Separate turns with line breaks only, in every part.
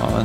Ja,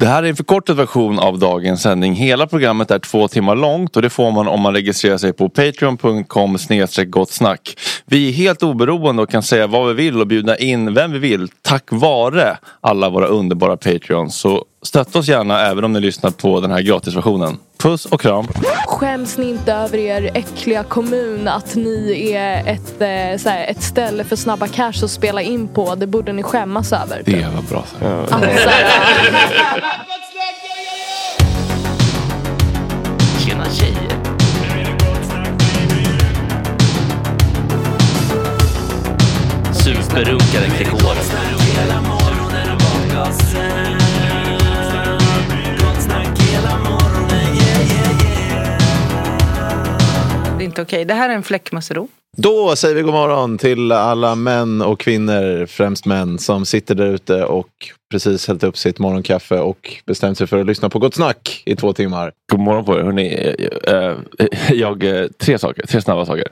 Det här är en förkortad version av dagens sändning. Hela programmet är två timmar långt och det får man om man registrerar sig på patreon.com gott snack. Vi är helt oberoende och kan säga vad vi vill och bjuda in vem vi vill tack vare alla våra underbara patreons. Så stötta oss gärna även om ni lyssnar på den här gratisversionen. Puss och kram!
Skäms ni inte över er äckliga kommun att ni är ett, eh, så här, ett ställe för snabba cash att spela in på? Det borde ni skämmas över. Alltså,
Det var bra sagt.
Så här,
Superrunkaren Gregor.
inte okej. Det här är en fläckmussro.
Då säger vi god morgon till alla män och kvinnor, främst män, som sitter där ute och precis hällt upp sitt morgonkaffe och bestämt sig för att lyssna på Gott Snack i två timmar.
God morgon på er. Hörrni, eh, eh, jag, eh, tre saker, tre snabba saker.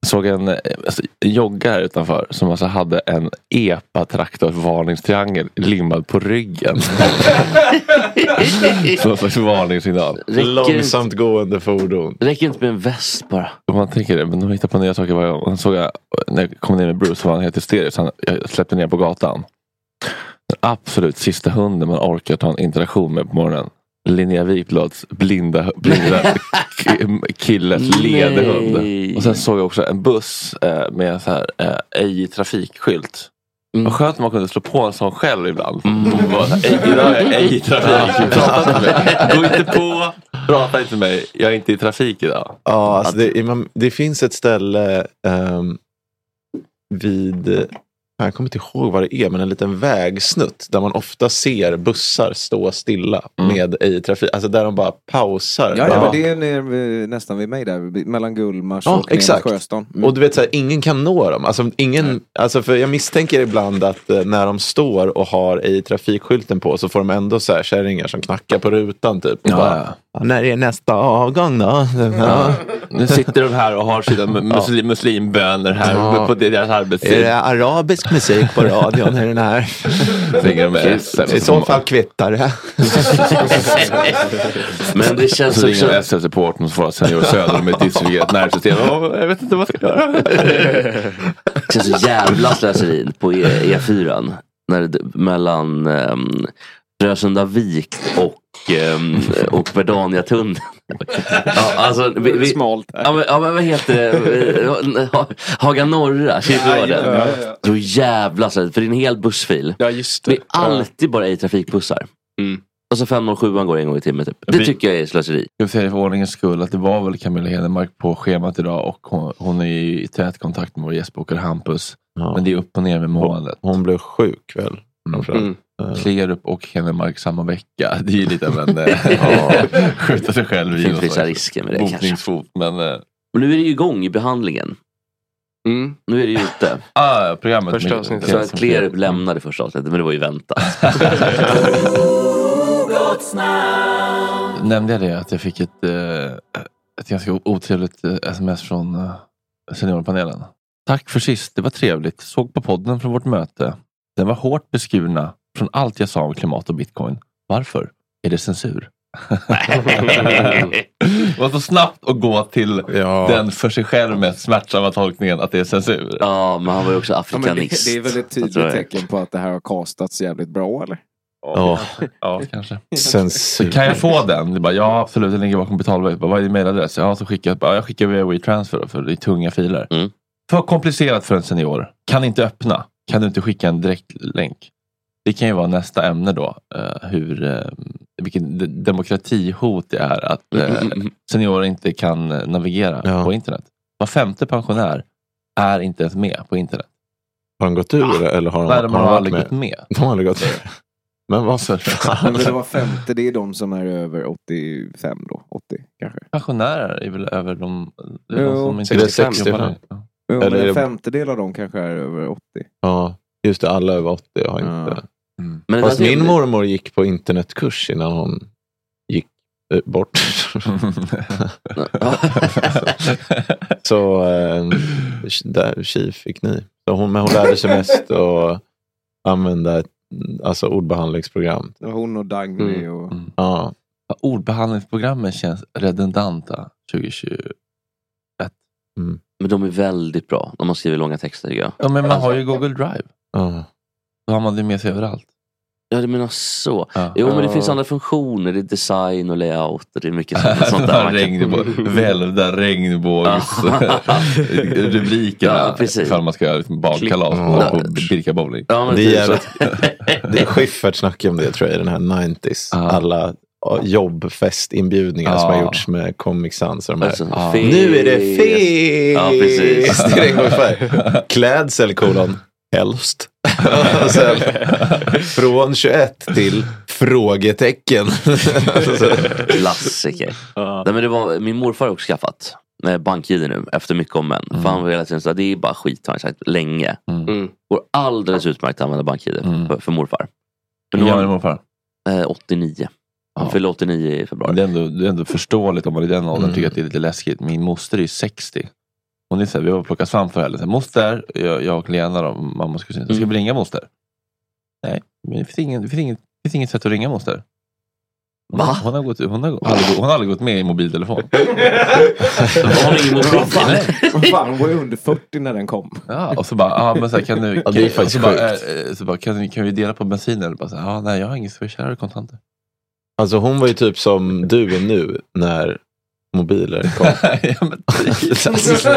Jag såg en eh, alltså, jogga här utanför som alltså hade en epa-traktor-varningstriangel limmad på ryggen. Som en slags varningssignal.
Räcker inte,
Långsamt gående fordon.
räcker inte med en väst bara.
Och Man tänker det, men de hittar på nya saker varje gång. Och sen såg jag, när jag kom ner med Bruce, så var han helt hysterisk. Han, jag släppte ner på gatan. Den absolut sista hunden man orkar ta en interaktion med på morgonen. Linnea Wikblads blinda, blinda k- killes
Nej.
ledhund. Och sen såg jag också en buss eh, med en så här eh, ej trafikskylt.
Mm.
Vad skönt att man kunde slå på en sån själv ibland. Och bara, Ej, idag är jag ej i trafik. Prata inte med mig. Gå inte på. Prata inte med mig. Jag är inte i trafik idag.
Ja, alltså det, man, det finns ett ställe ehm, vid, jag kommer inte ihåg vad det är, men en liten vägsnutt där man ofta ser bussar stå stilla
Mm.
med ej trafik. Alltså där de bara pausar.
Ja,
Bara-
ja, men det är ner, eh, nästan vid mig där, mellan Gullmars
Ja,
och ner mot
exakt.
Sjöstan. Mm.
Och du vet, så här, ingen kan nå dem. Alltså, ingen, alltså, för jag misstänker ibland att eh, när de står och har ej trafikskylten på så får de ändå så här kärringar som knackar på rutan. Typ, och
Ja,
bara, När är nästa avgång då? Ja.
Nu sitter de här och har sina muslim, muslimböner här
Ja.
på deras
Är
arbetstid.
det arabisk musik på radion? Är den här?
Tänker de med SM.
I så fall kvittar det.
Men det känns
Så ringer de
också...
SM-supporten och svarar Senior Söder med ett distribuerat nervsystem. Ja, Jag vet inte vad jag ska göra.
Det känns så jävla slöseri på E- E4. När det, mellan um, Frösundavik och, ehm, och Verdaniatunneln. ja, alltså, vi, vi,
Smalt.
ja, men, ja men vad heter det? Eh, Ha- eh, Haga norra, kyrkogården. Så jävla slöseri. För det är en hel bussfil.
Ja, just
Det är alltid bara i trafikbussar.
Mm.
Och så 507 går en gång i timmen typ. Det
Vi-
tycker jag är slöseri.
Jag säger för ordningens skull att det var väl Camilla Hedemark på schemat idag och hon, hon är i tät kontakt med vår gästbokare Hampus. Men det är upp och ner med måendet.
Hon blev sjuk väl? framförallt.
Mm.
Eh,
Klerup och Hedemark samma vecka. Det är ju lite av en... eh, Skjuta sig själv
Det
i
finns
någon
vissa
slags
risker med det kanske.
Botningsfot. Men eh,
Men nu är det ju igång i behandlingen. Nu är det ju ute.
ah, programmet...
Första
med-
avsnittet.
Så att Klerup lämnade första avsnittet, men det var ju väntat.
Nämnde jag det att jag fick ett, eh, ett ganska otrevligt eh, sms från eh, seniorpanelen? Tack för sist, det var trevligt. Såg på podden från vårt möte. Den var hårt beskurna från allt jag sa om klimat och bitcoin. Varför? Är det censur? Mm. Var så snabbt att gå till
Ja.
den för sig själv mest smärtsamma tolkningen att det är censur.
ja, men han var ju också
Ja, men det,
afrikanist.
det är väl ett
Jag tror
tydligt
jag.
tecken på att det här har castats jävligt bra eller?
Ja.
Ja, kanske.
Censur.
Kan jag få den? Det bara, ja, absolut. Den ligger bakom betalväg. Bara, Vad är din mejladress? Ja, så skickar jag, bara, jag skickar via WeTransfer då, för det är tunga filer.
Mm.
För komplicerat för en senior. Kan inte öppna. Kan du inte skicka en direktlänk? Det kan ju vara nästa ämne då. eh, hur, eh, vilken de- demokratihot det är att eh, seniorer inte kan eh, navigera
Ja.
på internet. Var femte pensionär är inte ens med på internet.
Har de gått ur eller har de,
Nej, de har
de varit
aldrig
med?
gått med.
De har aldrig gått ur. Men varför?
Men det var femte, det är de som är över 85 då? 80 kanske?
Pensionärer är väl över de, det är de
Jo.
som inte
Är det 60?
jobbar där. Ja.
Jo,
Eller är
men
det-
en femtedel av dem kanske är över 80.
Ja, just det. Alla över 80 har inte...
Men alltså, det
Fast
där är-
min mormor gick på internetkurs innan hon gick eh, bort. Så eh, där, tji fick ni. Så hon, men hon lärde sig mest att använda ett, alltså, ordbehandlingsprogram.
Det var Hon och Dagny
Mm.
och...
Mm.
Ja,
Ordbehandlingsprogrammen känns redundanta 2020.
Men de är väldigt bra. De har skrivit långa texter tycker jag.
Ja, men man har ju Google Drive.
ja.
Då har man det med sig överallt.
Ja, du menar så.
Ja.
Jo, men det finns andra funktioner. Det är design och layout och det är mycket sånt, sånt där.
Sådana
man kan-
regnbå- välvda regnbågsrubrikerna.
Ja, precis.
ifall man ska göra liksom bagkalas
Ja.
på, på Birka Bowling.
Ja, men
Det
typ
är
så.
jävligt- Det är Schyffert snackade om det tror jag i den här 90s.
Ja.
Alla ja, jobbfestinbjudningar som har
Ja.
gjorts med Comic Sans. och de här.
Alltså,
Ja.
fest.
Nu är det fest!
Ja, precis.
Det är det ungefär. Klädsel kolon helst. Och sen, från 21 till frågetecken. Alltså, så-
Klassiker. Nej, men det var, min morfar har också skaffat. eh, bank-id nu efter mycket om men. För
Mm.
han var hela tiden så här, det är bara skit har han sagt länge.
Mm.
Går alldeles utmärkt att använda bank-id
Mm.
för, för morfar. För
Hur
nu har
gammal är
han,
morfar?
eh, 89. Han
Ja.
fyllde 89 i februari.
Det är, ändå, det är ändå förståeligt om man i den åldern
Mm.
tycker att det är lite läskigt. Min moster är ju 60. Hon är så här, vi har plockat fram för henne. Så här, Moster, jag, jag och Lena, då, mamma och kusin. Ska
Mm.
vi ringa moster? Nej, men det finns, ingen, det, finns inget, det finns inget sätt att ringa moster. Hon,
Va?
hon, har, gått, hon, har, hon, har, aldrig, gått- hon har aldrig gått med i mobiltelefon.
Har ni ingen
Vad fan,
mobil?
vad fan, hon var ju under 40 när den kom.
Ja, och så bara, ah, men så här, kan du,
Ja,
kan,
det är faktiskt
så bara,
sjukt.
eh, eh, så bara kan, ni- kan vi dela på bensinen? Eller Bara, så här, ah, nej, jag har inget swish, här har du kontanter.
Alltså hon var ju typ som du är nu när mobiler kom.
ja, men, alltså,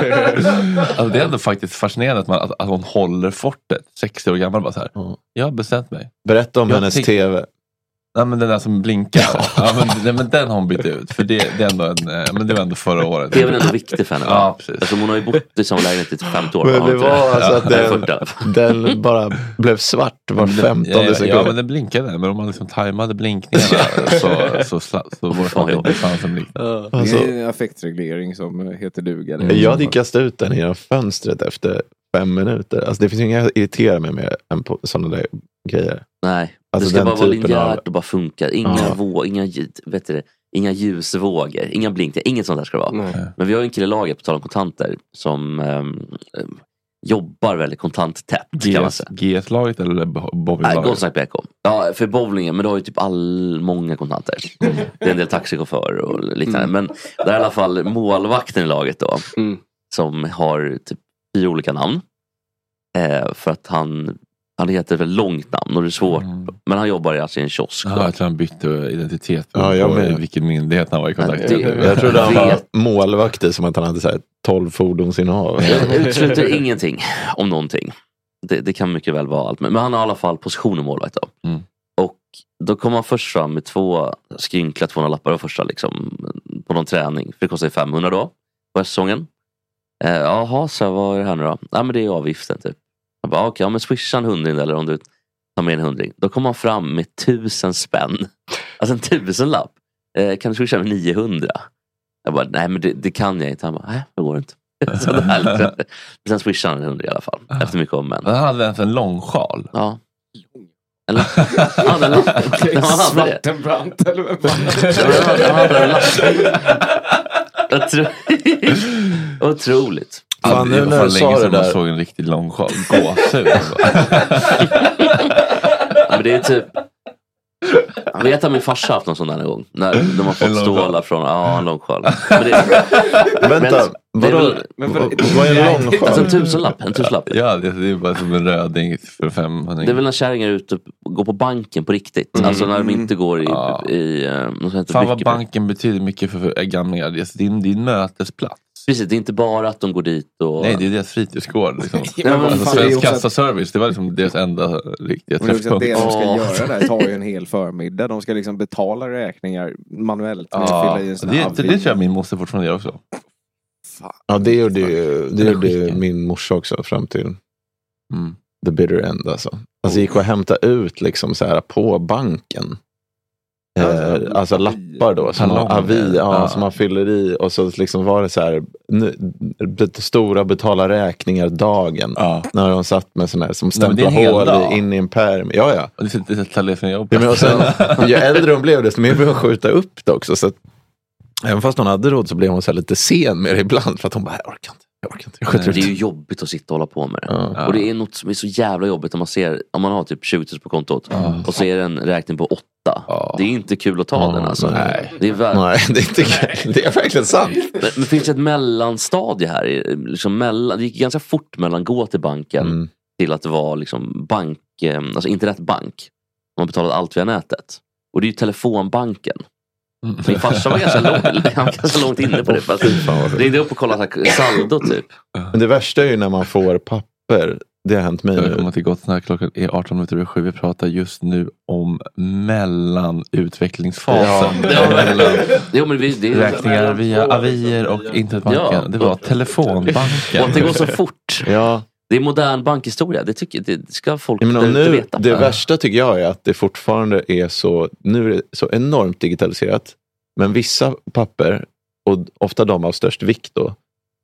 det är ändå faktiskt fascinerande att, man, att, att hon håller fortet, 60 år gammal. Bara så här.
Ja.
Jag har bestämt mig.
Berätta om
Jag
hennes
tänk-
tv.
Nej, men den där som blinkar. ja, men, nej, men den har hon bytt ut. För det, det, är ändå en, eh, men det var ändå förra året.
Det är väl ändå viktigt för henne? va?
Ja, precis.
Alltså, hon har ju bott i samma lägenhet i typ 50 år.
Men
har hon
det
inte
var alltså att
Eller
den,
40 i alla fall.
den bara blev svart var
Men den- ja, ja,
femtonde
Ja, men
sekund.
den blinkade. Men om man liksom tajmade blinkningarna så, så, så, så var det fan
Oj.
jobbigt för han som blink.
Alltså,
Det är en affektreglering som eh, heter duga. det är
Mm.
jag
så
hade ju
fall.
kastat ut den genom fönstret efter fem minuter. Alltså, det finns ju inga jag irriterar mig mer än på sådana där grejer.
Nej,
Alltså,
det ska
den
bara vara
typen
linjärt
av-
och bara funka. Inga,
Ja.
vå, inga, ljud- vet du det, inga ljusvågor, inga blinkningar, inget sånt där ska det vara.
Nej.
Men vi har ju en kille i laget, på tal om kontanter, som ehm, ehm, jobbar väldigt kontanttätt. Kan man
GS
säga.
GS-laget eller
Nej, gott
bowlinglaget?
snack BK. Ja, för bowlingen, men du har ju typ all, många kontanter. Det är en del taxichaufförer och liknande. Men det är i alla fall målvakten i laget då.
Mm.
Som har typ fyra olika namn. Eh, för att han, han heter väl långt namn och det är svårt. Men han jobbar alltså i en kiosk.
Mm. Ja,
då.
jag tror han bytte identitet.
Ja, jag
på
med.
Vilken myndighet han var i kontakt
Nej, det-
med.
Jag trodde han
Vet.
var målvakt i som att han hade så här 12 fordonsinnehav.
Jag utesluter ingenting om någonting. Det, det kan mycket väl vara allt. Men men han har i alla fall position och målvakt. Då.
Mm.
Och då kom han först fram med två skrynkliga 200 lappar första liksom, på någon träning. För det kostar ju 500 då på säsongen. Eh, Jaha, så jag, vad är det här nu då? Ja, men det är avgiften typ. Jag bara, okej, ja, men swisha en hundring eller om du tar med en hundring. Då kom han fram med tusen spänn. Alltså en tusenlapp. Eh, kan du swisha med 900? Jag bara, nej men det, det kan jag inte. Han bara, nej det går inte. Så där, liksom. Men Sen swishade han en hundring i alla fall. Efter mycket om men.
Men Han hade ens en lång sjal.
Ja. En lapp. Han hade en lapp. Han hade det.
Svartenbrandt eller vem fan?
Ja, han hade- han hade en lapp. Otro- Otroligt.
Fan, nu när du sa det
man
där.
såg en riktigt lång sjal. Gåshud.
Ja, men det är typ... Jag vet att min farsa har haft någon sån där en gång. När de har
En
fått
lång
stålar från... Ja, en långsjal. Men det,
Vänta,
men det är
vadå?
väl-
Men vadå?
Vad är en lång
alltså en
skärm?
tusenlapp. En tusenlapp.
ja, det, det är bara som en röding för 500.
Det är väl när kärringar är ute och går på banken på riktigt. Alltså när de inte går i...
Ja.
i eh, de som heter
Fan vad
mycket på-
banken betyder mycket för- för gamlingar. Det är din, din mötesplats.
Precis, det är inte bara att de går dit och...
Nej, det är deras fritidsgård. Liksom.
men vad
alltså,
fan, det är
Svensk
också att-
kassaservice, det var liksom deras enda riktiga
Men det, är också att
träffpunkt.
det de ska
Ja.
göra där tar ju en hel förmiddag. De ska liksom betala räkningar manuellt. med att
Ja,
fylla i en sån
det,
här
det, det tror jag min moster fortfarande gör också.
Ja, det gjorde ju, det
Den
gjorde ju
skicken.
min morsa också fram till
Mm.
the bitter end. Alltså, alltså gick och hämta ut liksom så här på banken.
Alltså,
Eh, alltså lappar då, som man,
Talonger.
avi, ja,
Ja.
som man fyller i och så liksom var det så här, nu, bet- stora betala räkningar dagen.
Ja.
När de satt med sån här som
Nej, men det är
stämplar
en hel
hål
dag.
i, in i en pärm. Ja, ja.
Och det är så tallriken jag
Ja, men och sen, ju äldre hon blev, desto mer började hon skjuta upp det också. Så att, även fast hon hade råd så blev hon så här lite sen med det ibland. För att hon bara, jag orkar inte. Jag orkar inte. Jag skjuter
Men
upp
det är
det.
ju jobbigt att sitta och hålla på med det.
Ja.
Och det är något som är så jävla jobbigt om man ser, om man har typ 20 000 på kontot och ser en räkning på 8.
Ja.
Det är inte kul att ta
Ja,
den alltså.
Mm, nej.
Det är väl...
Nej, det är inte kul. Det är verkligen sant.
Men, men finns det ett mellanstadie här? i- Liksom mellan, det gick ganska fort mellan gå till banken
Mm.
till att vara liksom bank, eh, alltså internetbank. Man betalade allt via nätet. Och det är ju telefonbanken. Min farsa var ganska, lång, han var
alltså,
ganska långt inne på det. Fast ringde upp och kollade så här saldo typ.
Men det värsta är ju när man får papper. Det har hänt mig
Jag kommer
nu.
till gott snack. Klockan är 18 minuter över sju. Vi pratar just nu om mellanutvecklingsfasen.
Ja,
Mellan
Jo, men vi, det är,
räkningar via avier och internetbanken.
Ja.
Det var telefonbanken.
och att det går så fort.
Ja,
Det är modern bankhistoria. Det, tycker, det ska folk
Ja, men och
där ute
nu,
veta.
det värsta tycker jag är att det fortfarande är så, nu är det så enormt digitaliserat. Men vissa papper och ofta de av störst vikt då,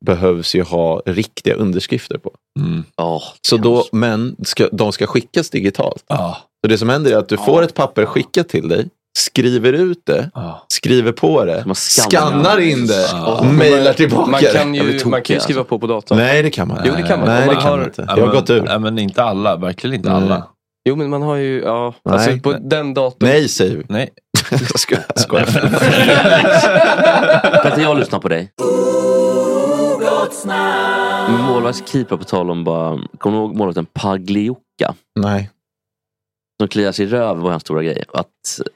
behövs ju ha riktiga underskrifter på.
Mm.
Ja,
Så då, men ska, de ska skickas digitalt.
Ja.
Så det som händer är att du får ett papper skickat till dig, skriver ut det,
Ja.
skriver på det,
man skannar.
skannar in det,
Ja.
och mejlar tillbaka
Man
det.
kan
Jag blir
ju,
tokig,
man kan ju skriva på på datorn.
Nej, det kan man
Jo, det kan man. Om
Nej,
man
det kan
har-
man inte. Jag har gått ur.
Nej, men inte alla. Verkligen inte
Nej.
alla.
Jo, men man har ju, ja.
Nej.
alltså på den datorn.
Nej, säger vi.
Nej.
Jag skojar. Jag skojar.
Kan inte jag lyssna på dig? Min målvaktskeeper på tal om bara, kommer du ihåg målvakten Pagliuca?
Nej.
Som kliar sig i röv var hans stora grej. Att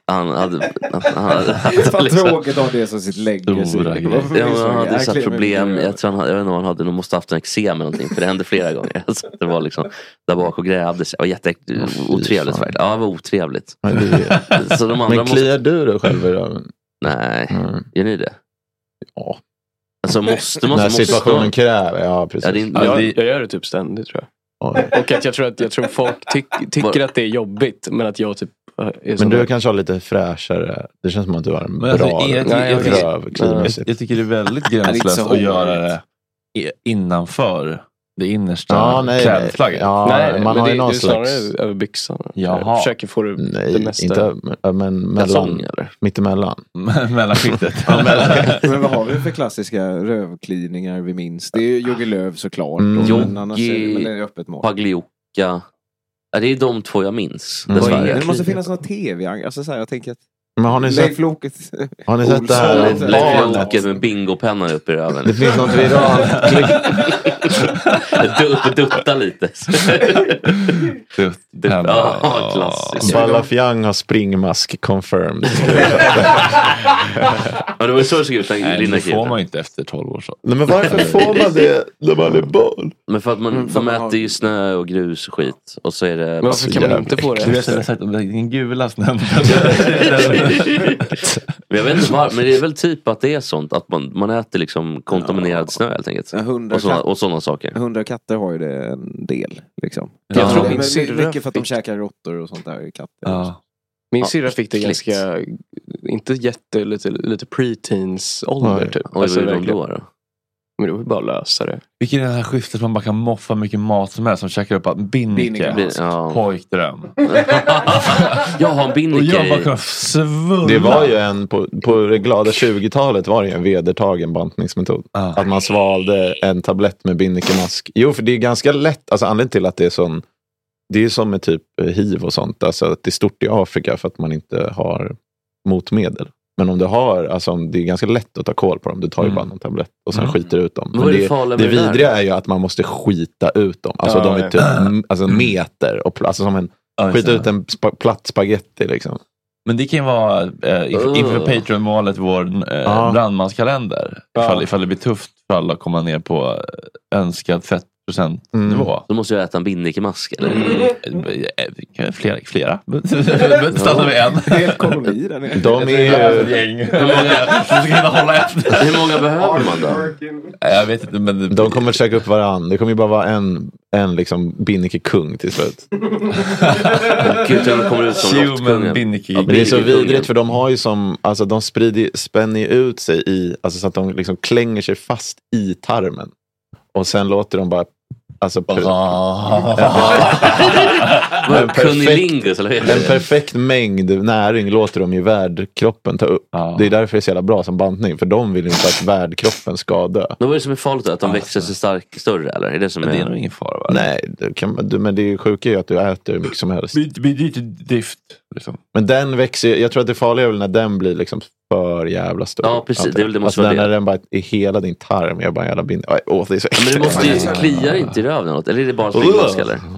han hade... Han, hade,
Fan
liksom-
tråkigt att ha det som sitt
Stora
lägge. sig.
grejer.
Varför
Ja,
är det
men
så?
han hade
Jag
ju sådana
kliar mig
problem.
mycket.
Jag, tror han, jag vet inte om han hade, de måste haft en eksem eller någonting. För det hände flera gånger. Så att det var liksom där bak och grävde sig. Det var
fan.
jätteotrevligt. verkligen. Ja, det var otrevligt.
Men, det är...
Så de andra
men
måste...
kliar du dig själv i röven?
Nej,
Mm.
gör ni det?
Ja.
Alltså måste man
När
så måste
situationen
man.
kräver. Ja, precis.
Ja, det är inte-
Ja,
det-
jag, jag gör det typ ständigt tror
Oj.
jag. Och att jag tror att jag tror folk tyck, tycker att det är jobbigt. Men att jag typ äh, är
Men
sån
du
där-
kanske har lite fräschare. Det känns som att du har en bra
Men alltså, är-
röv,
Nej, jag-
röv
Jag,
klimmässigt.
jag tycker det är väldigt
är inte
gränslöst
så
att göra det
hållbart.
i- innanför det innersta
Ja, nej, nej.
klädflagget.
Ja,
Nej,
man
men
har
det,
ju
det är
någon
ju
slags...
snarare över byxan.
Jaha.
Jag försöker få det, det
Nej,
mesta.
inte, ö- men mellan,
Kalsong eller?
mittemellan.
Mellanskiktet.
Men vad har vi för klassiska rövkliningar vi minns? Det är ju Jogge Lööf såklart.
Mm.
Mm. Men
Jogge-
annars är det, men det är öppet mål.
Pagliuca. Ja, det är de två jag minns.
Mm.
Vad är
Dessvärre.
Det Det måste finnas någon tv. Alltså, så här, jag tänker att
Men har ni sett,
Leif Loket.
har ni sett det här
Olsson.
Leif Loke
barnet?
med bingopennan upp i röven.
Det finns något viralt
Du- Dutta lite.
Dutt.
Ja, klassiskt.
Balafiang har springmask confirmed.
Ja, det var ju så det såg ut när
Nej,
Linda
det får
Kiruna.
man ju inte efter 12 års ålder.
Nej, men varför får man det när man är barn?
Men för att man,
Mm,
för
för
man
man har-
äter ju snö och grus och skit. Och så är det...
Men varför kan man inte få det?
Du vet, jag har sagt om den gula snön.
Men jag vet inte var, men det är väl typ att det är sånt. Att man, man äter liksom kontaminerad snö helt enkelt.
Hundra,
Och sådana,
katt,
och såna saker.
hundra katter har ju det en del. Liksom.
Jag tror
Men
min
my-
syrra
Mycket för att de
fick-
käkar råttor och sånt där. Katter.
ja.
Min
Ja,
syrra fick det
äckligt.
ganska, inte jätte, lite, lite preteens ålder
Oj.
typ.
Och vad gjorde de
verkligen.
då? då?
Men det var ju bara att lösa det.
Vilket är det här skiftet man bara kan moffa hur mycket mat som helst. Som käkar upp att
Binnica.
Binnike.
Blir- Ja.
Pojkdröm.
jag har en
Och
binniker
jag bara
i.
kan svullna.
Det var ju en, på, på det glada 20-talet var det ju en vedertagen bantningsmetod.
Ja.
Att man svalde en tablett med binnikemask. Jo, för det är ganska lätt. Alltså anledningen till att det är sån... Det är ju som med typ hiv och sånt. Alltså att det är stort i Afrika för att man inte har motmedel. Men om du har, alltså om det är ganska lätt att ta koll på dem. Du tar ju
Mm.
bara någon tablett och sen
Mm.
skiter du ut dem.
Vad är det
det,
farliga med
det
det där?
vidriga är ju att man måste skita ut dem. Alltså
Ja,
de är
ja.
typ m- alltså en meter. Och, pl- alltså som en,
Ja,
skita
så.
ut en spa, platt spagetti liksom.
Men det kan ju vara eh, inf- inför Patreon-målet vår eh,
Ja.
brandmanskalender. Ifall, ifall det blir tufft för alla att komma ner på eh, önskad fettprocentnivå.
Då måste jag äta en binnikemask eller?
Mm.
Eh, eh, Flera? flera. Stanna vid en.
Det är en koloni där nere.
De är ju...
Ett gäng. Hur många? Du ska hinna hålla efter.
Hur många behöver man då?
Nej, Jag vet inte men
De kommer käka upp varann. Det kommer ju bara vara en, en liksom binnikekung till slut.
Gud, jag kommer ut som
Human
råttkungen.
Binnike.
Ja,
Men det är så
Binnikekungen.
vidrigt för de har ju som, alltså de sprider, spänner ju ut sig i, alltså så att de liksom klänger sig fast i tarmen. Och sen låter de bara, alltså pu- en, perfekt,
Kunnilingus eller vad heter
en
det?
perfekt mängd näring låter de ju värdkroppen ta upp.
Ja.
Det är därför det är så jävla bra som bantning, för de vill ju inte att värdkroppen ska dö.
Då var det som är farligt då, att de växer sig stark, större eller? Är det som
Men det är nog
är...
ingen fara va?
Nej, det kan, man- du- men det sjuka är ju att du äter hur mycket som helst.
Det blir lite drift. Liksom.
Men den växer, ju- jag tror att det farliga är väl när den blir liksom för jävla stor.
Ja, precis.
Antar jag.
Det är väl- det
alltså
måste vara
den,
det.
när den bara i hela din tarm. Jag bara jävla bin... Aj, Åh, det är så
Ja, men det måste ju, kliar inte i röven eller något? Eller är det bara en springmask eller? Mm.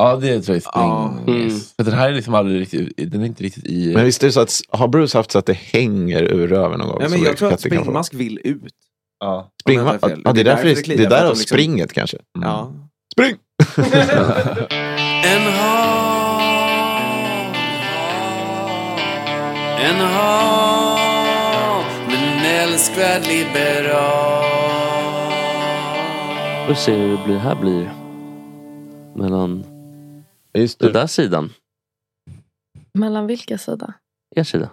Ja, det tror jag är
Ja.
spring. För den här är liksom aldrig riktigt, den är inte riktigt i...
Men visst är det så att, har Bruce haft så att det hänger ur röven någon gång?
Nej,
Som
men
det-
jag tror att
katten kan få?
springmask vill ut.
ja.
Om jag
Springmask?
inte har fel.
Ja, det är därför det,
kliar,
det är
för att
därav
de liksom-
springet kanske.
Ja.
Spring!
Vi får se hur det blir, här blir. Mellan
Just
den
det.
där sidan.
Mellan vilka sida?
Er sida.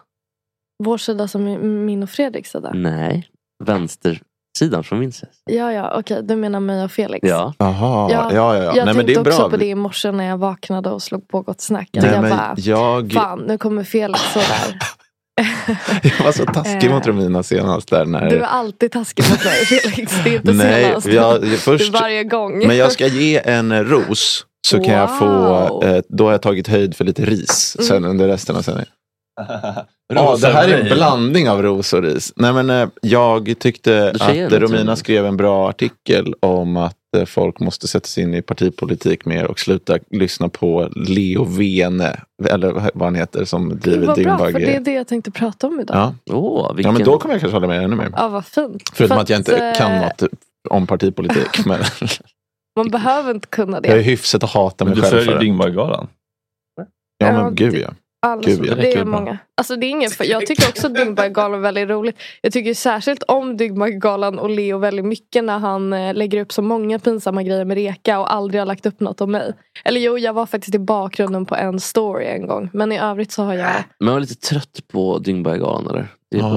Vår sida som är min och Fredriks sida?
Nej. vänstersidan från vänster.
Ja, ja, okej. Du menar mig och Felix?
Ja.
Jaha, ja, ja, ja.
Jag
Nej,
tänkte
men det är
också
bra.
på det i morse när jag vaknade och slog på Gott snack.
Nej,
jag
men
bara,
jag-
fan nu kommer Felix sådär.
Jag var så taskig mot Romina senast. Där när...
Eh, Du är alltid taskig mot mig Felix. Det är inte
Nej,
senast.
jag-
Det är
först-
varje gång.
Men jag ska ge en eh, ros. Så kan jag få, eh, då har jag tagit höjd för lite ris
Mm.
sen under resten av sändningen. Ja, det här är en blandning av ros och ris. Nej, men, eh, jag tyckte
Du säger
att
det,
Romina
tror
skrev en bra artikel om att eh, folk måste sätta sig in i partipolitik mer och sluta lyssna på Leo Vene, eller vad han heter, som driver
Vad bra, för det är
Dimbagge.
det jag tänkte prata om idag.
Ja. ja, men då kommer jag kanske hålla med ännu mer.
Ja, vad fint.
Förutom
För
att jag inte
eh,
kan något om partipolitik. Men
Man behöver inte kunna det.
jag är hyfset att hata mig
Men du
själv för det.
följer
Dyngbaggegalan? Ja,
Ja,
men gud ja.
Alls,
Gud, ja.
det, är många. Alltså, det är ingen, för jag tycker också att Dyngbaggegalan är väldigt roligt. Jag tycker ju särskilt om Dyngbaggegalan och Leo väldigt mycket när han eh, lägger upp så många pinsamma grejer med Reka och aldrig har lagt upp något om mig. Eller jo, jag var faktiskt i bakgrunden på en story en gång. Men i övrigt så har jag...
Men jag är lite trött på Dyngbaggegalan eller? Det är
Ah, Ja.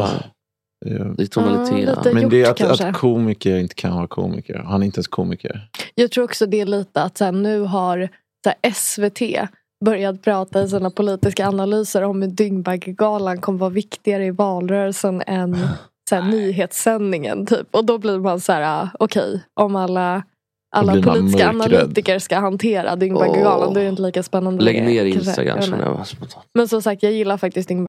bara...
Det
är tonalitet.
Ja, lite
men
gjort
det är att,
kanske.
att komiker inte kan vara komiker. Han är inte ens komiker.
Jag tror också det är lite att så här, nu har så här, SVT börjat prata i sina politiska analyser om hur Dyngbaggegalan kommer vara viktigare i valrörelsen än så här, nyhetssändningen. Typ. Och då blir man så här, ah, okej, om alla, alla
blir man
politiska
mörkrädd.
analytiker ska hantera Dyngbaggegalan
Åh.
då är det inte lika spännande.
Lägg
längre,
ner
kanske.
Instagram
Jag vet
känner
inte.
jag bara spontant.
Men som sagt, jag gillar faktiskt Dyngbaggegalan.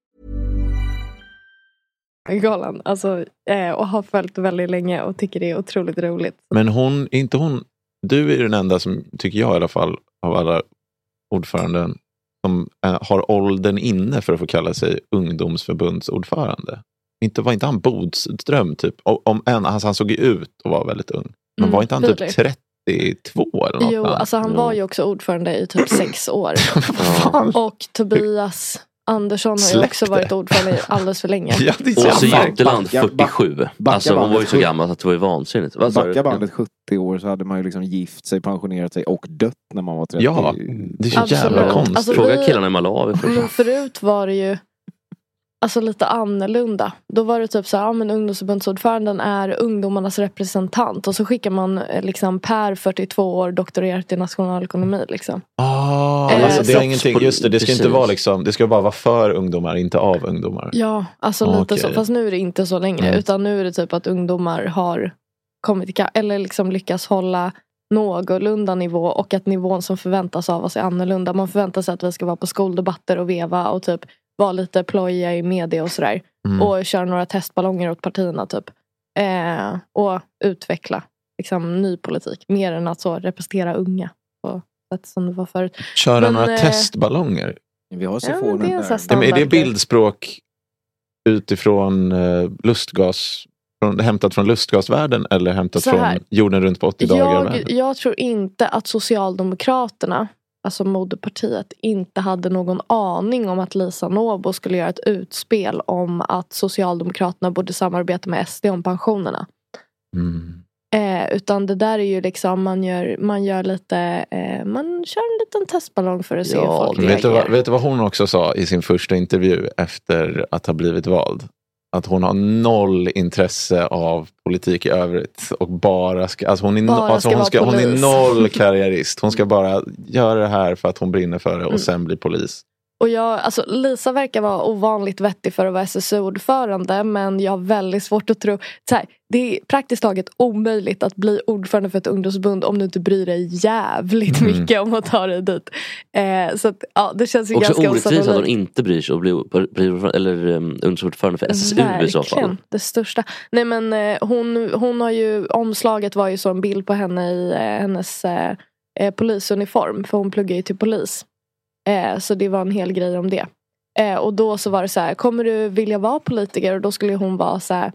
Galan, alltså, eh, och har följt väldigt länge och tycker det är otroligt roligt.
Men hon, är inte hon, du är den enda som, tycker jag i alla fall, av alla ordföranden som eh, har åldern inne för att få kalla sig ungdomsförbundsordförande. Inte, var inte han Bodström typ? O- Om en, alltså han såg ju ut och var väldigt ung. Men
Mm,
var inte han typ
Filip.
32 eller något?
Jo,
va?
alltså han var ju också ordförande i typ sex år. Och Tobias Andersson har ju
Släpp
också
det.
varit ordförande i alldeles för länge.
ja,
Åse Hjärteland
Backa-
47.
backa
alltså hon var ju
bandet
så
sju-
gammal att det var ju vansinnigt. Vad sa du? Alltså,
Backa bandet 70 år så hade man ju liksom gift sig, pensionerat sig och dött när man var 30.
Ja,
det
är så jävla Absolut. konstigt. Alltså,
Fråga
vi-
killarna i Malawi först.
Men förut var det ju alltså lite annorlunda. Då var det typ så här, ja men ungdomsförbundsordföranden är ungdomarnas representant. Och så skickar man eh, liksom Per 42 år doktorerat i nationalekonomi liksom.
Ah,
Eh,
alltså, det är
kroppspol-
ingenting, just det, det ska inte
precis.
vara liksom, det ska bara vara för ungdomar, inte av ungdomar.
Ja, alltså lite
Ah, Okej.
så. Fast nu är det inte så längre.
Nej.
Utan nu är det typ att ungdomar har kommit ika- eller liksom lyckas hålla någorlunda nivå och att nivån som förväntas av oss är annorlunda. Man förväntar sig att vi ska vara på skoldebatter och veva och typ vara lite plojiga i media och sådär.
Mm.
Och köra några testballonger åt partierna typ. Eh, och utveckla liksom, ny politik. Mer än att så representera unga på sätt som det var förut.
Köra
Men,
några
eh,
testballonger?
Vi har
Ja, men det är en sån här
Ja, men är det
standardgrej.
bildspråk utifrån eh, lustgas, från, hämtat från lustgasvärlden eller hämtat
Så här.
från jorden runt på 80 dagar?
Jag, jag tror inte att Socialdemokraterna alltså moderpartiet inte hade någon aning om att Lisa Nåbo skulle göra ett utspel om att Socialdemokraterna borde samarbeta med SD om pensionerna. Eh, utan det där är ju liksom, man gör, man gör lite, eh, man kör en liten testballong för att se hur folk
vet, du
reagerar.
vad, vet du vad hon också sa i sin första intervju efter att ha blivit vald? Att hon har noll intresse av politik i övrigt och bara ska, alltså hon, är, no-
Bara
alltså
ska
hon,
vara
ska, hon är
polis.
noll karriärist. Hon ska bara göra det här för att hon brinner för det och
Mm.
sen bli polis.
Och jag, alltså Lisa verkar vara ovanligt vettig för att vara SSU-ordförande men jag har väldigt svårt att tro... Så här, det är praktiskt taget omöjligt att bli ordförande för ett ungdomsförbund om du inte bryr dig jävligt
Mm.
mycket om att ta dig dit. Eh, så att, ja, det känns ju
Också
ganska
orättvist att hon
osannolikt.
inte bryr sig och blir blir ordförande- eller um, ungdomsordförande för SSU i så fall.
Verkligen, det största. Nej men eh, hon, hon har ju, omslaget var ju så en bild på henne i eh, hennes eh, eh, polisuniform. För hon pluggar ju till polis. Eh, så det var en hel grej om det. Eh, och då så var det så här, kommer du vilja vara politiker? Och då skulle hon vara så här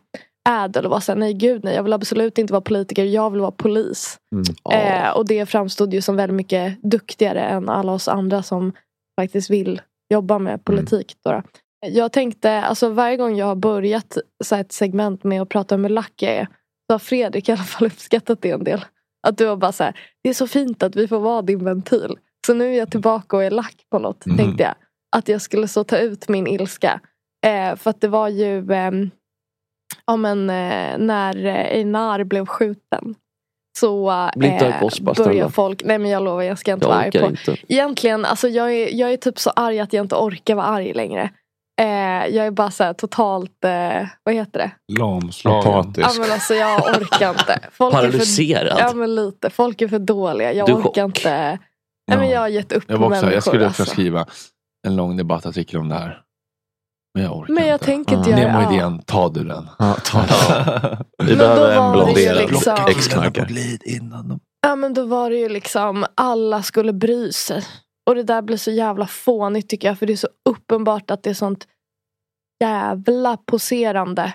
ädel och vara så här, nej gud nej, jag vill absolut inte vara politiker, jag vill vara polis.
Mm.
Eh, och det framstod ju som väldigt mycket duktigare än alla oss andra som faktiskt vill jobba med politik. Då då. Jag tänkte, alltså varje gång jag har börjat så här ett segment med att prata om hur lack jag är, så har Fredrik i alla fall uppskattat det en del. Att du har bara så här, det är så fint att vi får vara din ventil. Så nu är jag tillbaka och är lack på något,
Mm.
tänkte jag. Att jag skulle så ta ut min ilska. Eh, för att det var ju ehm, ja, men, eh, när eh, Einar blev skjuten. Så eh,
Bli inte arg på oss bara, snälla.
börjar folk, nej men jag lovar jag ska inte
Jag
vara arg
orkar
på.
inte.
Egentligen, alltså jag är, jag är typ så arg att jag inte orkar vara arg längre. Eh, jag är bara så här totalt, eh, vad heter det?
Lamslagen.
Ja men alltså jag orkar inte. är för-
Paralyserad.
Ja men lite. Folk är för dåliga. Jag
Du är
orkar inte. Nej men jag har gett upp
Jag, var också,
människor.
jag skulle kunna
alltså.
skriva en lång debattartikel om det här. Men jag orkar
Men jag
Mm.
tänker inte
inte.
göra
Nemo
ja.
idén, ta du den.
Vi
Men behöver då en var det ju blonderad liksom-
Blocka killarna på
ex-knarkare.
glid innan de...
Ja men då var det ju liksom alla skulle bry sig. Och det där blir så jävla fånigt tycker jag för det är så uppenbart att det är sånt jävla poserande.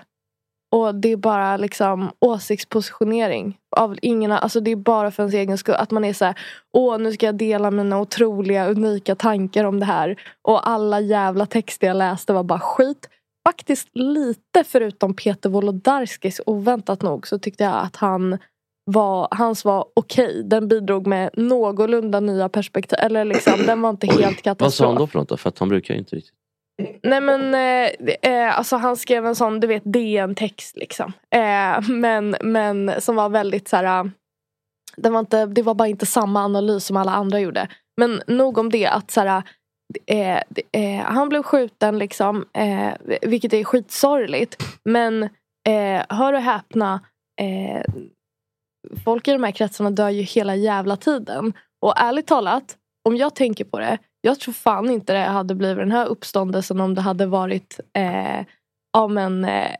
Och det är bara liksom åsiktspositionering. Av ingen, alltså det är bara för ens egen skull. Att man är så här, åh nu ska jag dela mina otroliga unika tankar om det här. Och alla jävla texter jag läste var bara skit. Faktiskt lite förutom Peter Wolodarskis, oväntat nog, så tyckte jag att han var, hans var okej. Den bidrog med någorlunda nya perspektiv. Eller liksom, den var inte helt katastrof.
Vad sa han då för något då? För att han brukar ju inte riktigt.
Nej men eh, det- eh, alltså han skrev en sån du vet DN-text liksom. Eh, men, men som var väldigt så här. eh, Den var inte, det var bara inte samma analys som alla andra gjorde. Men nog om det att så här. Eh, eh, han blev skjuten liksom. Eh, vilket är skitsorgligt. Men eh, hör och häpna. Eh, folk i de här kretsarna dör ju hela jävla tiden. Och ärligt talat, om jag tänker på det. Jag tror fan inte det hade blivit den här uppståndelsen om det hade varit eh, ja, men, eh,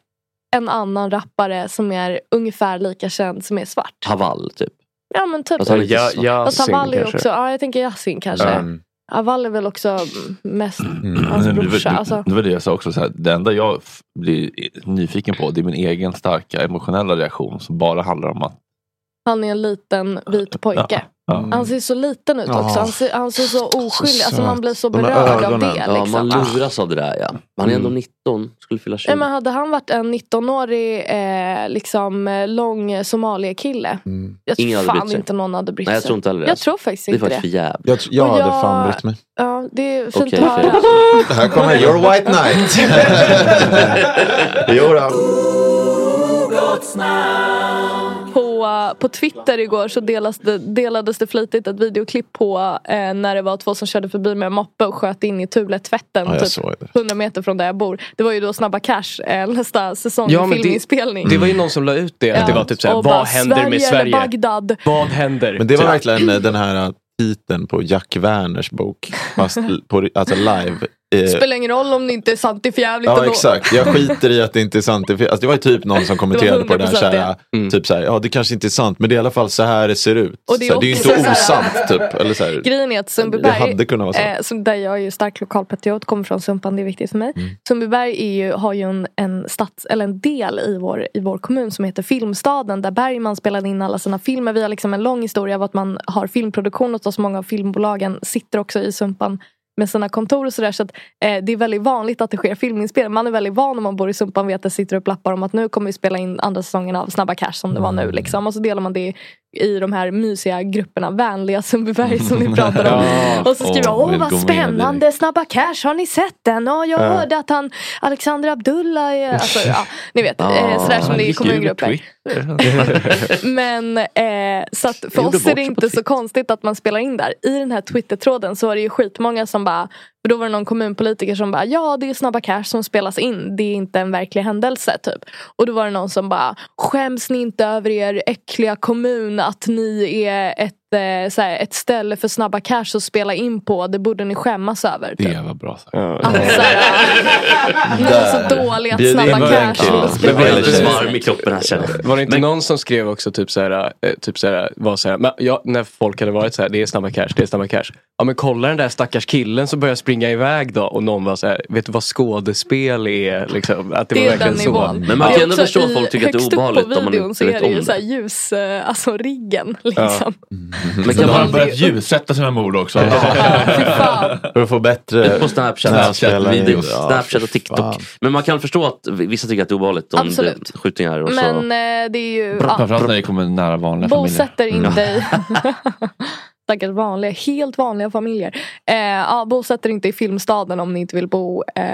en annan rappare som är ungefär lika känd som är svart.
Havall typ.
Ja men typ.
Fast han är inte Ja- svart.
Fast
Yasin
Havall är ju
kanske.
också, ja jag tänker Yasin kanske.
Ehm,
Mm.
Havall är väl också mm, mest hans
Men det var-
brorsa. Alltså.
Det var det jag sa också. Så här, det enda jag f- blir nyfiken på det är min egen starka emotionella reaktion som bara handlar om att
Han är en liten vit pojke.
Ja.
Han ser så liten ut också.
Ja.
Han ser, han ser så oskyldig. Alltså man blir så
De här
berörd av
ögonen.
det.
Ja, man
Liksom.
luras av det där ja. Man är ändå 19, skulle fylla 20.
Nej, men hade han varit en 19-årig eh, liksom, eh, lång somaliekille. Mm. Jag tror
Ingen hade brytt
fan
sig.
inte någon hade brytt
Nej, jag
sig.
tror inte heller det,
Jag
alltså.
tror faktiskt
Det är
inte det.
faktiskt för jävligt.
Jag, jag
Och
hade
jag-
fan brytt mig.
Ja, det är fint
Okej,
att höra.
Fredrik. Det här kommer Your White Knight. jo då.
På, eh, på Twitter igår så delas det, delades det flitigt ett videoklipp på eh, när det var två som körde förbi med en moppe och sköt in i Tuletvätten.
Ja, jag såg
typ 100 meter från där jag bor. Det var ju då Snabba Cash eh, nästa säsong
Ja, men det-
filminspelning.
Det var ju någon som la ut det.
Ja.
Mm.
Att det var typ såhär,
Och
vad
bara,
händer
Sverige
med
eller
Sverige?
Bagdad.
Vad händer?
Men det var
Typ.
eh, verkligen eh, den här titeln på Jack Werners bok. Fast l- på, alltså live eh,
Spelar ingen roll om det inte är sant, det är för jävligt
Ja
ändå.
exakt, jag skiter i att det inte är sant. Det- Alltså, det var ju typ någon som kommenterade på det där,
100%
såhär,
Mm.
typ såhär, ja det kanske inte är sant men det är i alla fall så här det ser ut.
Och det är
Såhär, det är ju
också
inte
såhär-
osant typ. Eller så här.
Grejen är att
Det hade kunnat vara
Sundbyberg,
sant.
eh, som där jag är ju stark lokalpatriot, kommer från Sumpan, det är viktigt för mig.
Mm.
Sundbyberg är ju, har ju en, en, stads, eller en del i vår, i vår kommun som heter Filmstaden där Bergman spelade in alla sina filmer. Vi har liksom en lång historia av att man har filmproduktion hos oss. Många av filmbolagen sitter också i Sumpan med sina kontor och sådär. Så att, eh, det är väldigt vanligt att det sker filminspelning. Man är väldigt van om man bor i Sumpan vet att det sitter upp lappar om att nu kommer vi spela in andra säsongen av Snabba Cash som det var
Mm.
nu. Liksom. Och så delar man det i de här mysiga grupperna, vänliga Sundbyberg som ni pratar om.
Ja.
och så skriver jag,
Åh,
åh
vill gå
vad
med
spännande, Snabba Cash, har ni sett den? Ja, jag
Ja.
hörde att han, Alexander Abdullah är... Alltså, ja, ni vet,
Ja,
eh, sådär som
han
det är i
gick ur
kommungrupper.
Twitter.
Men eh, så att för
Jag gjorde
oss är det
bort det på
inte så konstigt att man spelar in där. I den här Twitter-tråden så är det ju skitmånga som bara, för då var det någon kommunpolitiker som bara, ja det är Snabba Cash som spelas in, det är inte en verklig händelse typ. Och då var det någon som bara, skäms ni inte över er äckliga kommun att ni är ett eh, såhär, ett ställe för Snabba Cash att spela in på, det borde ni skämmas över. typ.
Det var bra sagt.
Ni var så dåliga att Snabba Cash vill
Men
spela
var det
Alldeles
inte-
varm i kroppen här känner jag.
Var det inte någon som skrev också typ så här, eh, typ så här, var så här men ja, när folk hade varit så här, det är snabba cash, det är snabba cash. Ja men kolla den där stackars killen som börjar springa iväg då och någon var så här, vet du vad skådespel är? Liksom, att det,
Det
var
är den
verkligen så.
nivån.
Men man
Det
kan
är
ändå
också
förstå att
i-
folk tycker att det är
högst upp
obehagligt
på
om man
videon
inte
så
vet
är det
om
ju
det.
så här ljus, eh, alltså riggen liksom.
Men kan man börja ljussätta sina mord också?
För att få bättre...
Ut på Snapchat,
när jag spelar in.
videos,
Ja,
Snapchat och
för
TikTok.
fan.
Men man kan förstå att vissa tycker att det är obehagligt om det
Absolut.
är skjutningar. Och så.
Men eh, det är ju... ja.
Framförallt när det kommer nära vanliga familjer.
Bosätter in dig. Stackars vanliga, helt vanliga familjer. Eh, ja, bosätter inte i filmstaden om ni inte vill bo eh,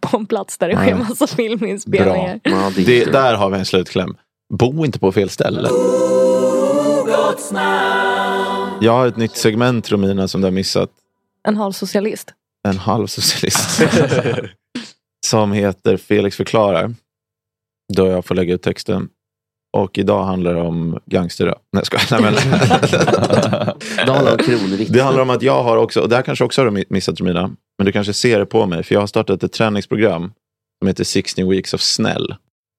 på en plats där det sker
Nej. Bra.
massa filminspelningar.
det där har vi en slutkläm. Bo inte på fel ställe. Jag har ett nytt segment Romina som du har missat.
En halv socialist.
En halv socialist. som heter Felix förklarar. Då jag får lägga ut texten. Och idag handlar det om gangsterrap. Nej, jag skojar. Nej, men... det handlar om kronvittnen. Det handlar om att jag har också, och det här kanske också har du missat Romina. Men du kanske ser det på mig. För jag har startat ett träningsprogram som heter 16 Weeks of Snäll.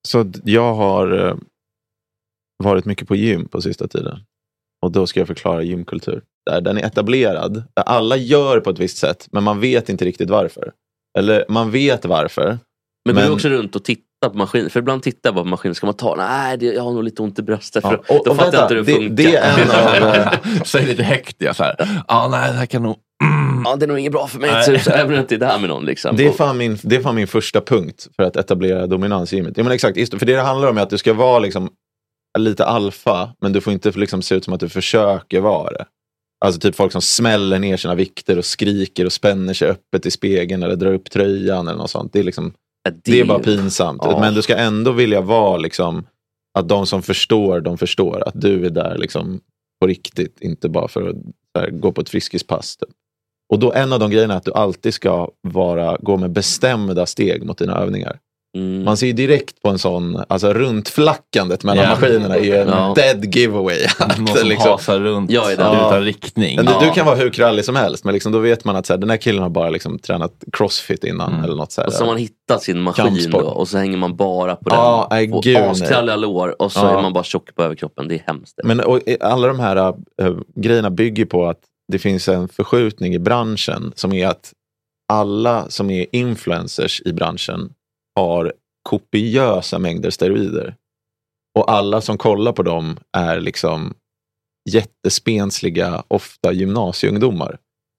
Så d- jag har eh, varit mycket på gym på sista tiden. Och då ska jag förklara gymkultur. Där den är etablerad. Där alla gör på ett visst sätt, men man vet inte riktigt varför. Eller man vet varför.
Men går du också runt och tittar på maskiner? För ibland tittar jag bara på maskiner. Ska man ta den? Nej, det- jag har nog lite ont i bröstet. För
Ja, och-
då
och
fattar jag inte
vänta,
hur det
det-
funkar.
det är en av, eh,
Säg lite häktiga så här. Ja, nej, det här kan nog... Ja, det är nog inget bra för mig.
Mm.
typ,
Nej.
Så- så Även om det inte är det här med någon. Liksom.
Det är, fan min, det är fan min första punkt för att etablera dominans i gymmet. Ja, men exakt, just det. för det det handlar om är att du ska vara liksom lite alfa, men du får inte liksom se ut som att du försöker vara det. Alltså typ folk som smäller ner sina vikter och skriker och spänner sig öppet i spegeln eller drar upp tröjan eller något sånt. Det är, liksom, det är bara pinsamt.
Ja.
Men du ska ändå vilja vara liksom, att de som förstår, de förstår. Att du är där liksom, på riktigt, inte bara för att så här, gå på ett friskispass. Typ. Och då en av de grejerna är att du alltid ska vara, gå med bestämda steg mot dina övningar.
Mm.
Man ser ju direkt på en sån, alltså runtflackandet mellan
Ja.
maskinerna är ju en
Ja.
dead giveaway. Att
Någon som hasar runt
Ja,
utan riktning.
Men Du,
Ja.
du kan vara hur krallig som helst, men liksom, då vet man att så här, den här killen har bara liksom, tränat crossfit innan. Eller något, så här,
Mm. Och så har man hittat sin maskin då,
Kampsport.
och så hänger man bara på den.
Ja, nej,
och
gud, nej.
askralliga lår och så
Ja.
är man bara tjock på överkroppen. Det är hemskt.
Men och, eh, alla de här eh, grejerna bygger på att det finns en förskjutning i branschen som är att alla som är influencers i branschen har kopiösa mängder steroider. Och alla som kollar på dem är liksom jättespensliga, ofta gymnasieungdomar.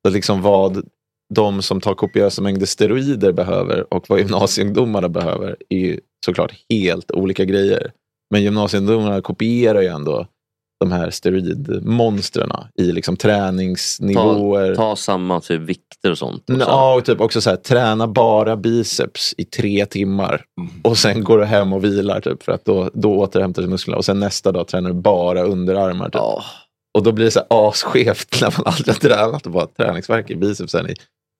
Så att liksom vad de som tar kopiösa mängder steroider behöver och vad gymnasieungdomarna behöver är ju såklart helt olika grejer. Men gymnasieungdomarna kopierar ju ändå de här steroidmonstren i liksom
Ta,
träningsnivåer.
ta samma typ vikter och sånt. Och så-
Ja, och typ också så här, träna bara biceps i tre timmar
Mm.
och sen går du hem och vilar typ, för att då, då återhämtar sig musklerna. Och sen nästa dag tränar du bara underarmar. Typ. Och då blir det så här asskevt när man aldrig har tränat och bara träningsvärk i bicepsen i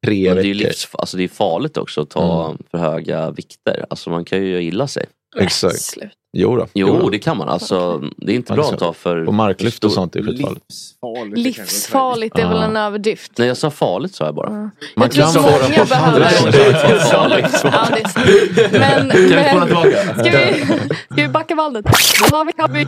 tre
Men det är ju
veckor. Mm.
livs, alltså det är farligt också att ta för höga vikter. Alltså man kan ju illa sig.
Exakt.
Slut.
Jo, då.
Jo, det kan man. Alltså, det är inte
Ja,
bra
det ska-
att ta för...
Och marklyft och sånt är skitfarligt.
skitfarligt.
Livsfarligt är väl en överdrift.
Nej, jag sa farligt sa jag bara.
Man Jag tror kan- många behöver- Ja, det är snyggt. Men,
Kan vi
men...
kolla tillbaka?
Ska vi, ska vi backa bandet? Vad har vi-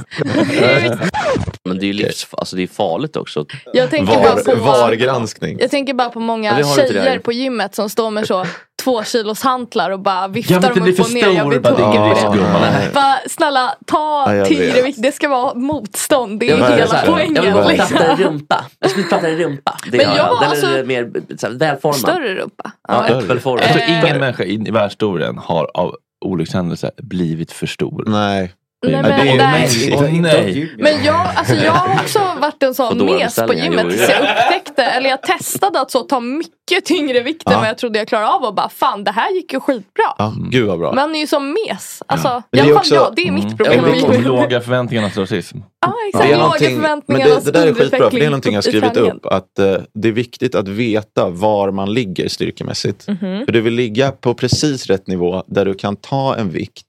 Men det är ju livs... alltså, det är farligt också.
Jag tänker Var- bara på-
vargranskning.
Jag tänker bara på
Ja,
många
vi har inte det här.
tjejer på gymmet som står med så två kilos hantlar och bara viftar
Jag vill
dem
inte bli
upp och
för
ner. Jag
stor.
vill
Ja, det är
inte
ingen risk, gumman. Nej.
Bara, snälla ta
Ja, jag vet.
tyngre vikt. Det ska vara motstånd. Det
Jag vill
är
bara så
hela
här,
poängen.
Jag vill bara
liksom.
platta en rumpa. Jag skulle platta en rumpa. Det
Men
gör
jag var
Den
alltså-
är mer så här, välformad.
Större rumpa.
Ja,
Ja.
äppelformad.
Alltså, ingen människa i i världshistorien har av olyckshändelser blivit för stor.
Nej.
Nej, men-
det är
nej.
omänskligt. Åh, nej.
Men jag, alltså jag har också varit en
Och
sån
dåliga
mes på
beställningar,
gymmet
jo,
tills
jo.
jag upptäckte, eller jag testade att så ta mycket tyngre vikter
Ja.
än vad jag trodde jag klarade av och bara fan det här gick ju skitbra.
Ja, gud vad bra.
Man är ju som mes. Alltså,
Men
i
det är
alla fall
också-
jag, det är mitt problem.
Mm.
med
De
gymmet.
låga förväntningarnas rasism.
Ja, exakt.
Det är
Låga
någonting- men
förväntningar,
det, det där är skitbra, för det är någonting jag har
i
skrivit
träningen.
upp. Att eh, det är viktigt att veta var man ligger styrkemässigt.
Mhm.
För du vill ligga på precis rätt nivå där du kan ta en vikt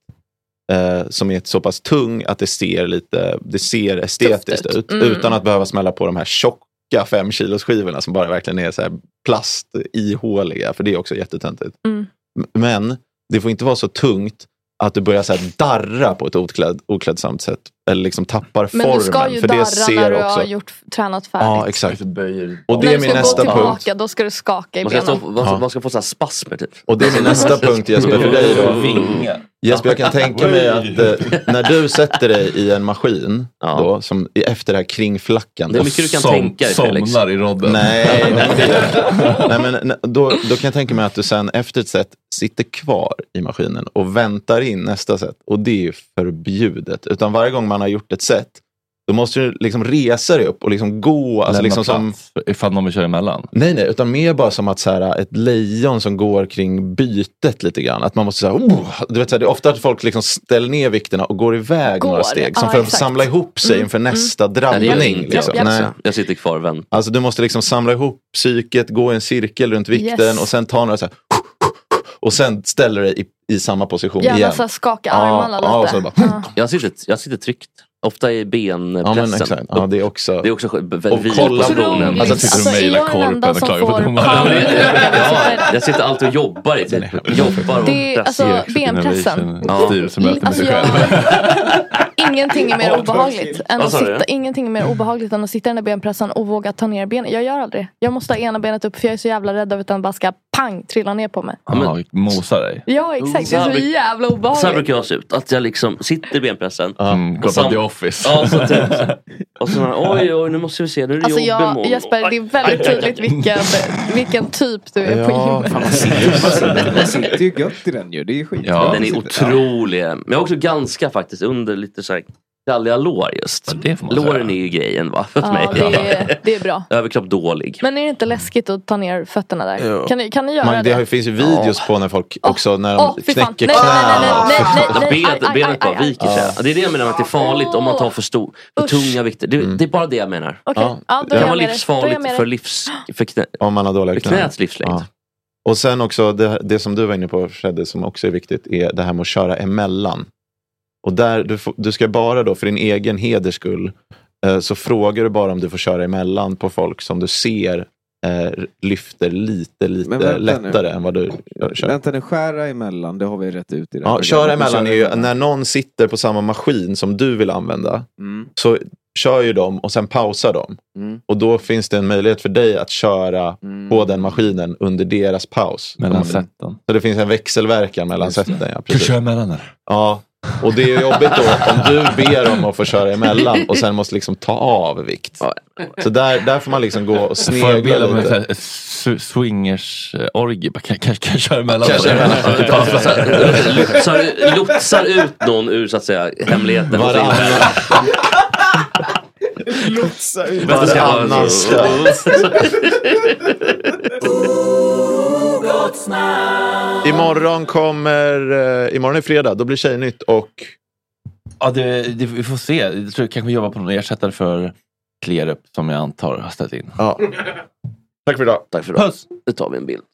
eh, som är så pass tung att det ser lite det ser estetiskt ut.
Mm.
Utan att behöva smälla på de här tjocka fem kilos skivorna som bara verkligen är så här plast ihåliga. För det är också jättetöntigt.
Mm.
M- Men det får inte vara så tungt att du börjar så här darra på ett okläd, oklädsamt sätt. Eller liksom tappar
Men
formen.
du ska ju
för
darra
det ser
när du
också...
har gjort, tränat färdigt.
Ja, exakt. Och
när
det är
du
min
ska gå
nästa
tillbaka,
punkt.
då ska du skaka i
Man ska,
benen.
stå, man,
Ja. Alltså,
man ska få så här spasmer typ.
Och det är min nästa punkt Jesper för dig.
Vingar.
Då. Jesper, jag kan tänka mig att eh, när du sätter dig i en maskin, då, som, i- efter det här kringflackandet.
Det är mycket du kan Som- tänka dig, Felix. somnar i rodden.
Nej, nej, nej men, n- då, då kan jag tänka mig att du sen efter ett set sitter kvar i maskinen och väntar in nästa set. Och det är ju förbjudet. Utan varje gång man har gjort ett set, då måste du liksom resa dig upp och liksom gå. Alltså
Lämna
liksom som,
plats ifall någon vill köra emellan.
Nej, nej, utan mer bara som att så här, ett lejon som går kring bytet lite grann. Att man måste så här, oh, du vet, så här, det är ofta att folk liksom ställer ner vikterna och går iväg
Går.
några steg. Som
Ja,
för att
exakt.
samla ihop sig
Mm,
inför nästa
Det gör jag
drabbning.
inte.
Liksom.
Jag-
Nej.
Jag sitter kvar och väntar.
Alltså du måste liksom samla ihop psyket, gå i en cirkel runt vikten
Yes.
och sen ta några så här, och sen ställer dig i, i samma position
Gärna
igen.
så här skaka
Ja,
armarna
ja, och
lite.
så bara,
Jag sitter, jag sitter tryckt. Ofta i
Ja, men
benpressen.
exakt. Ja, det är också...
Det är också skö-
Och
vid
kolla på
positionen.
Alltså, jag sitter och Alltså, är mejlar jag den Korpen enda och som klagar på får domaren.
Ja,
panik?
Alltså,
Jag sitter alltid och jobbar. i det. Jobbar och
Det är- alltså,
pressar.
benpressen.
Ja.
alltså, jag- Ingenting är mer obehagligt än
Vad
att
sa du?
sitta, ingenting är mer obehagligt än att sitta i den där benpressen och våga ta ner benet. Jag gör aldrig det. Jag måste ha ena benet upp för jag är så jävla rädd av att den bara ska pang trilla ner på mig.
Ja, men,
mosa dig.
Ja exakt, det
Så här
är så
bruk-
jävla
Så här
obehagligt.
brukar jag se ut. Att jag liksom sitter i benpressen.
Mm, kolla på
Alltså,
The Office.
Ja, så typ. Och så man, oj, oj, nu måste vi se. Nu är det
Alltså
jobb
jag,
imorgon.
Jesper, det är väldigt tydligt vilken, vilken typ du är på
Ja,
gymmet.
fan, vad sitter du?
Man sitter ju gött i den ju. Det är skit.
Ja, den är otrolig. Men jag har också ganska faktiskt under lite så här galliga lår just. Låren är ju grejen va, för mig.
Ja, det, är, det är bra.
Överkropp dålig.
Men är det inte läskigt att ta ner fötterna där?
Jo.
Kan ni, kan ni göra
Man, det
det?
har ju- finns ju videos på när folk också när de
åh, fy fan.
knäcker
Nej, nej, nej, nej,
knän.
nej, nej, nej.
Benet,
aj,
benet bara
aj, aj.
viker sig. Det är det jag menar med att det är farligt om man tar för, stor, för tunga vikter. Det,
Mm.
det är bara det jag menar.
Okej, ja, då är jag med
det kan vara
dig. Då är jag med
livsfarligt
dig.
för, livs, för, knä,
Om man har dåliga
för knäts livslängd.
Ja. Och sen också det, det som du var inne på Fredde, som också är viktigt, är det här med att köra emellan. Och där, du, får, du ska bara då, för din egen heders skull, eh, så frågar du bara om du får köra emellan på folk som du ser eh, lyfter lite,
Men
lite
vänta nu.
lättare än vad du eh, kör.
Vänta nu, skära emellan, det har vi rätt ut i det här
Ja, köra
programmet.
emellan
Kör
är ju när någon sitter på samma maskin som du vill använda.
Mm.
Så kör ju de och sen pausar de.
Mm.
Och då finns det en möjlighet för dig att köra på den maskinen under deras paus.
Mellan
Mm.
seten.
Så det finns en växelverkan mellan seten. Ja,
Kan du
precis.
köra emellan eller?
ja. Och det är ju jobbigt då om du ber om att få köra emellan och sen måste liksom ta av vikt. Så där, där får man liksom gå och
Får jag
snegla
bilda mig en sån
lite.
här eh, sw- swingers-orgie? eh, Bara, Kan kan- kan jag köra emellan?
Kanske
på det?
emellan. Ja, så här, lotsar, lotsar ut någon ur så att säga hemligheten.
Varannan.
Lotsa ut.
Fast det ska vara-
Varannan Imorgon kommer, eh, imorgon är fredag, då blir Tjejnytt och
Ja, det, det, vi får se. Jag tror jag kanske jobbar på någon ersättare för Klerup som jag antar har ställt in.
Ja. Tack för idag.
Tack för idag. Nu tar vi en bild.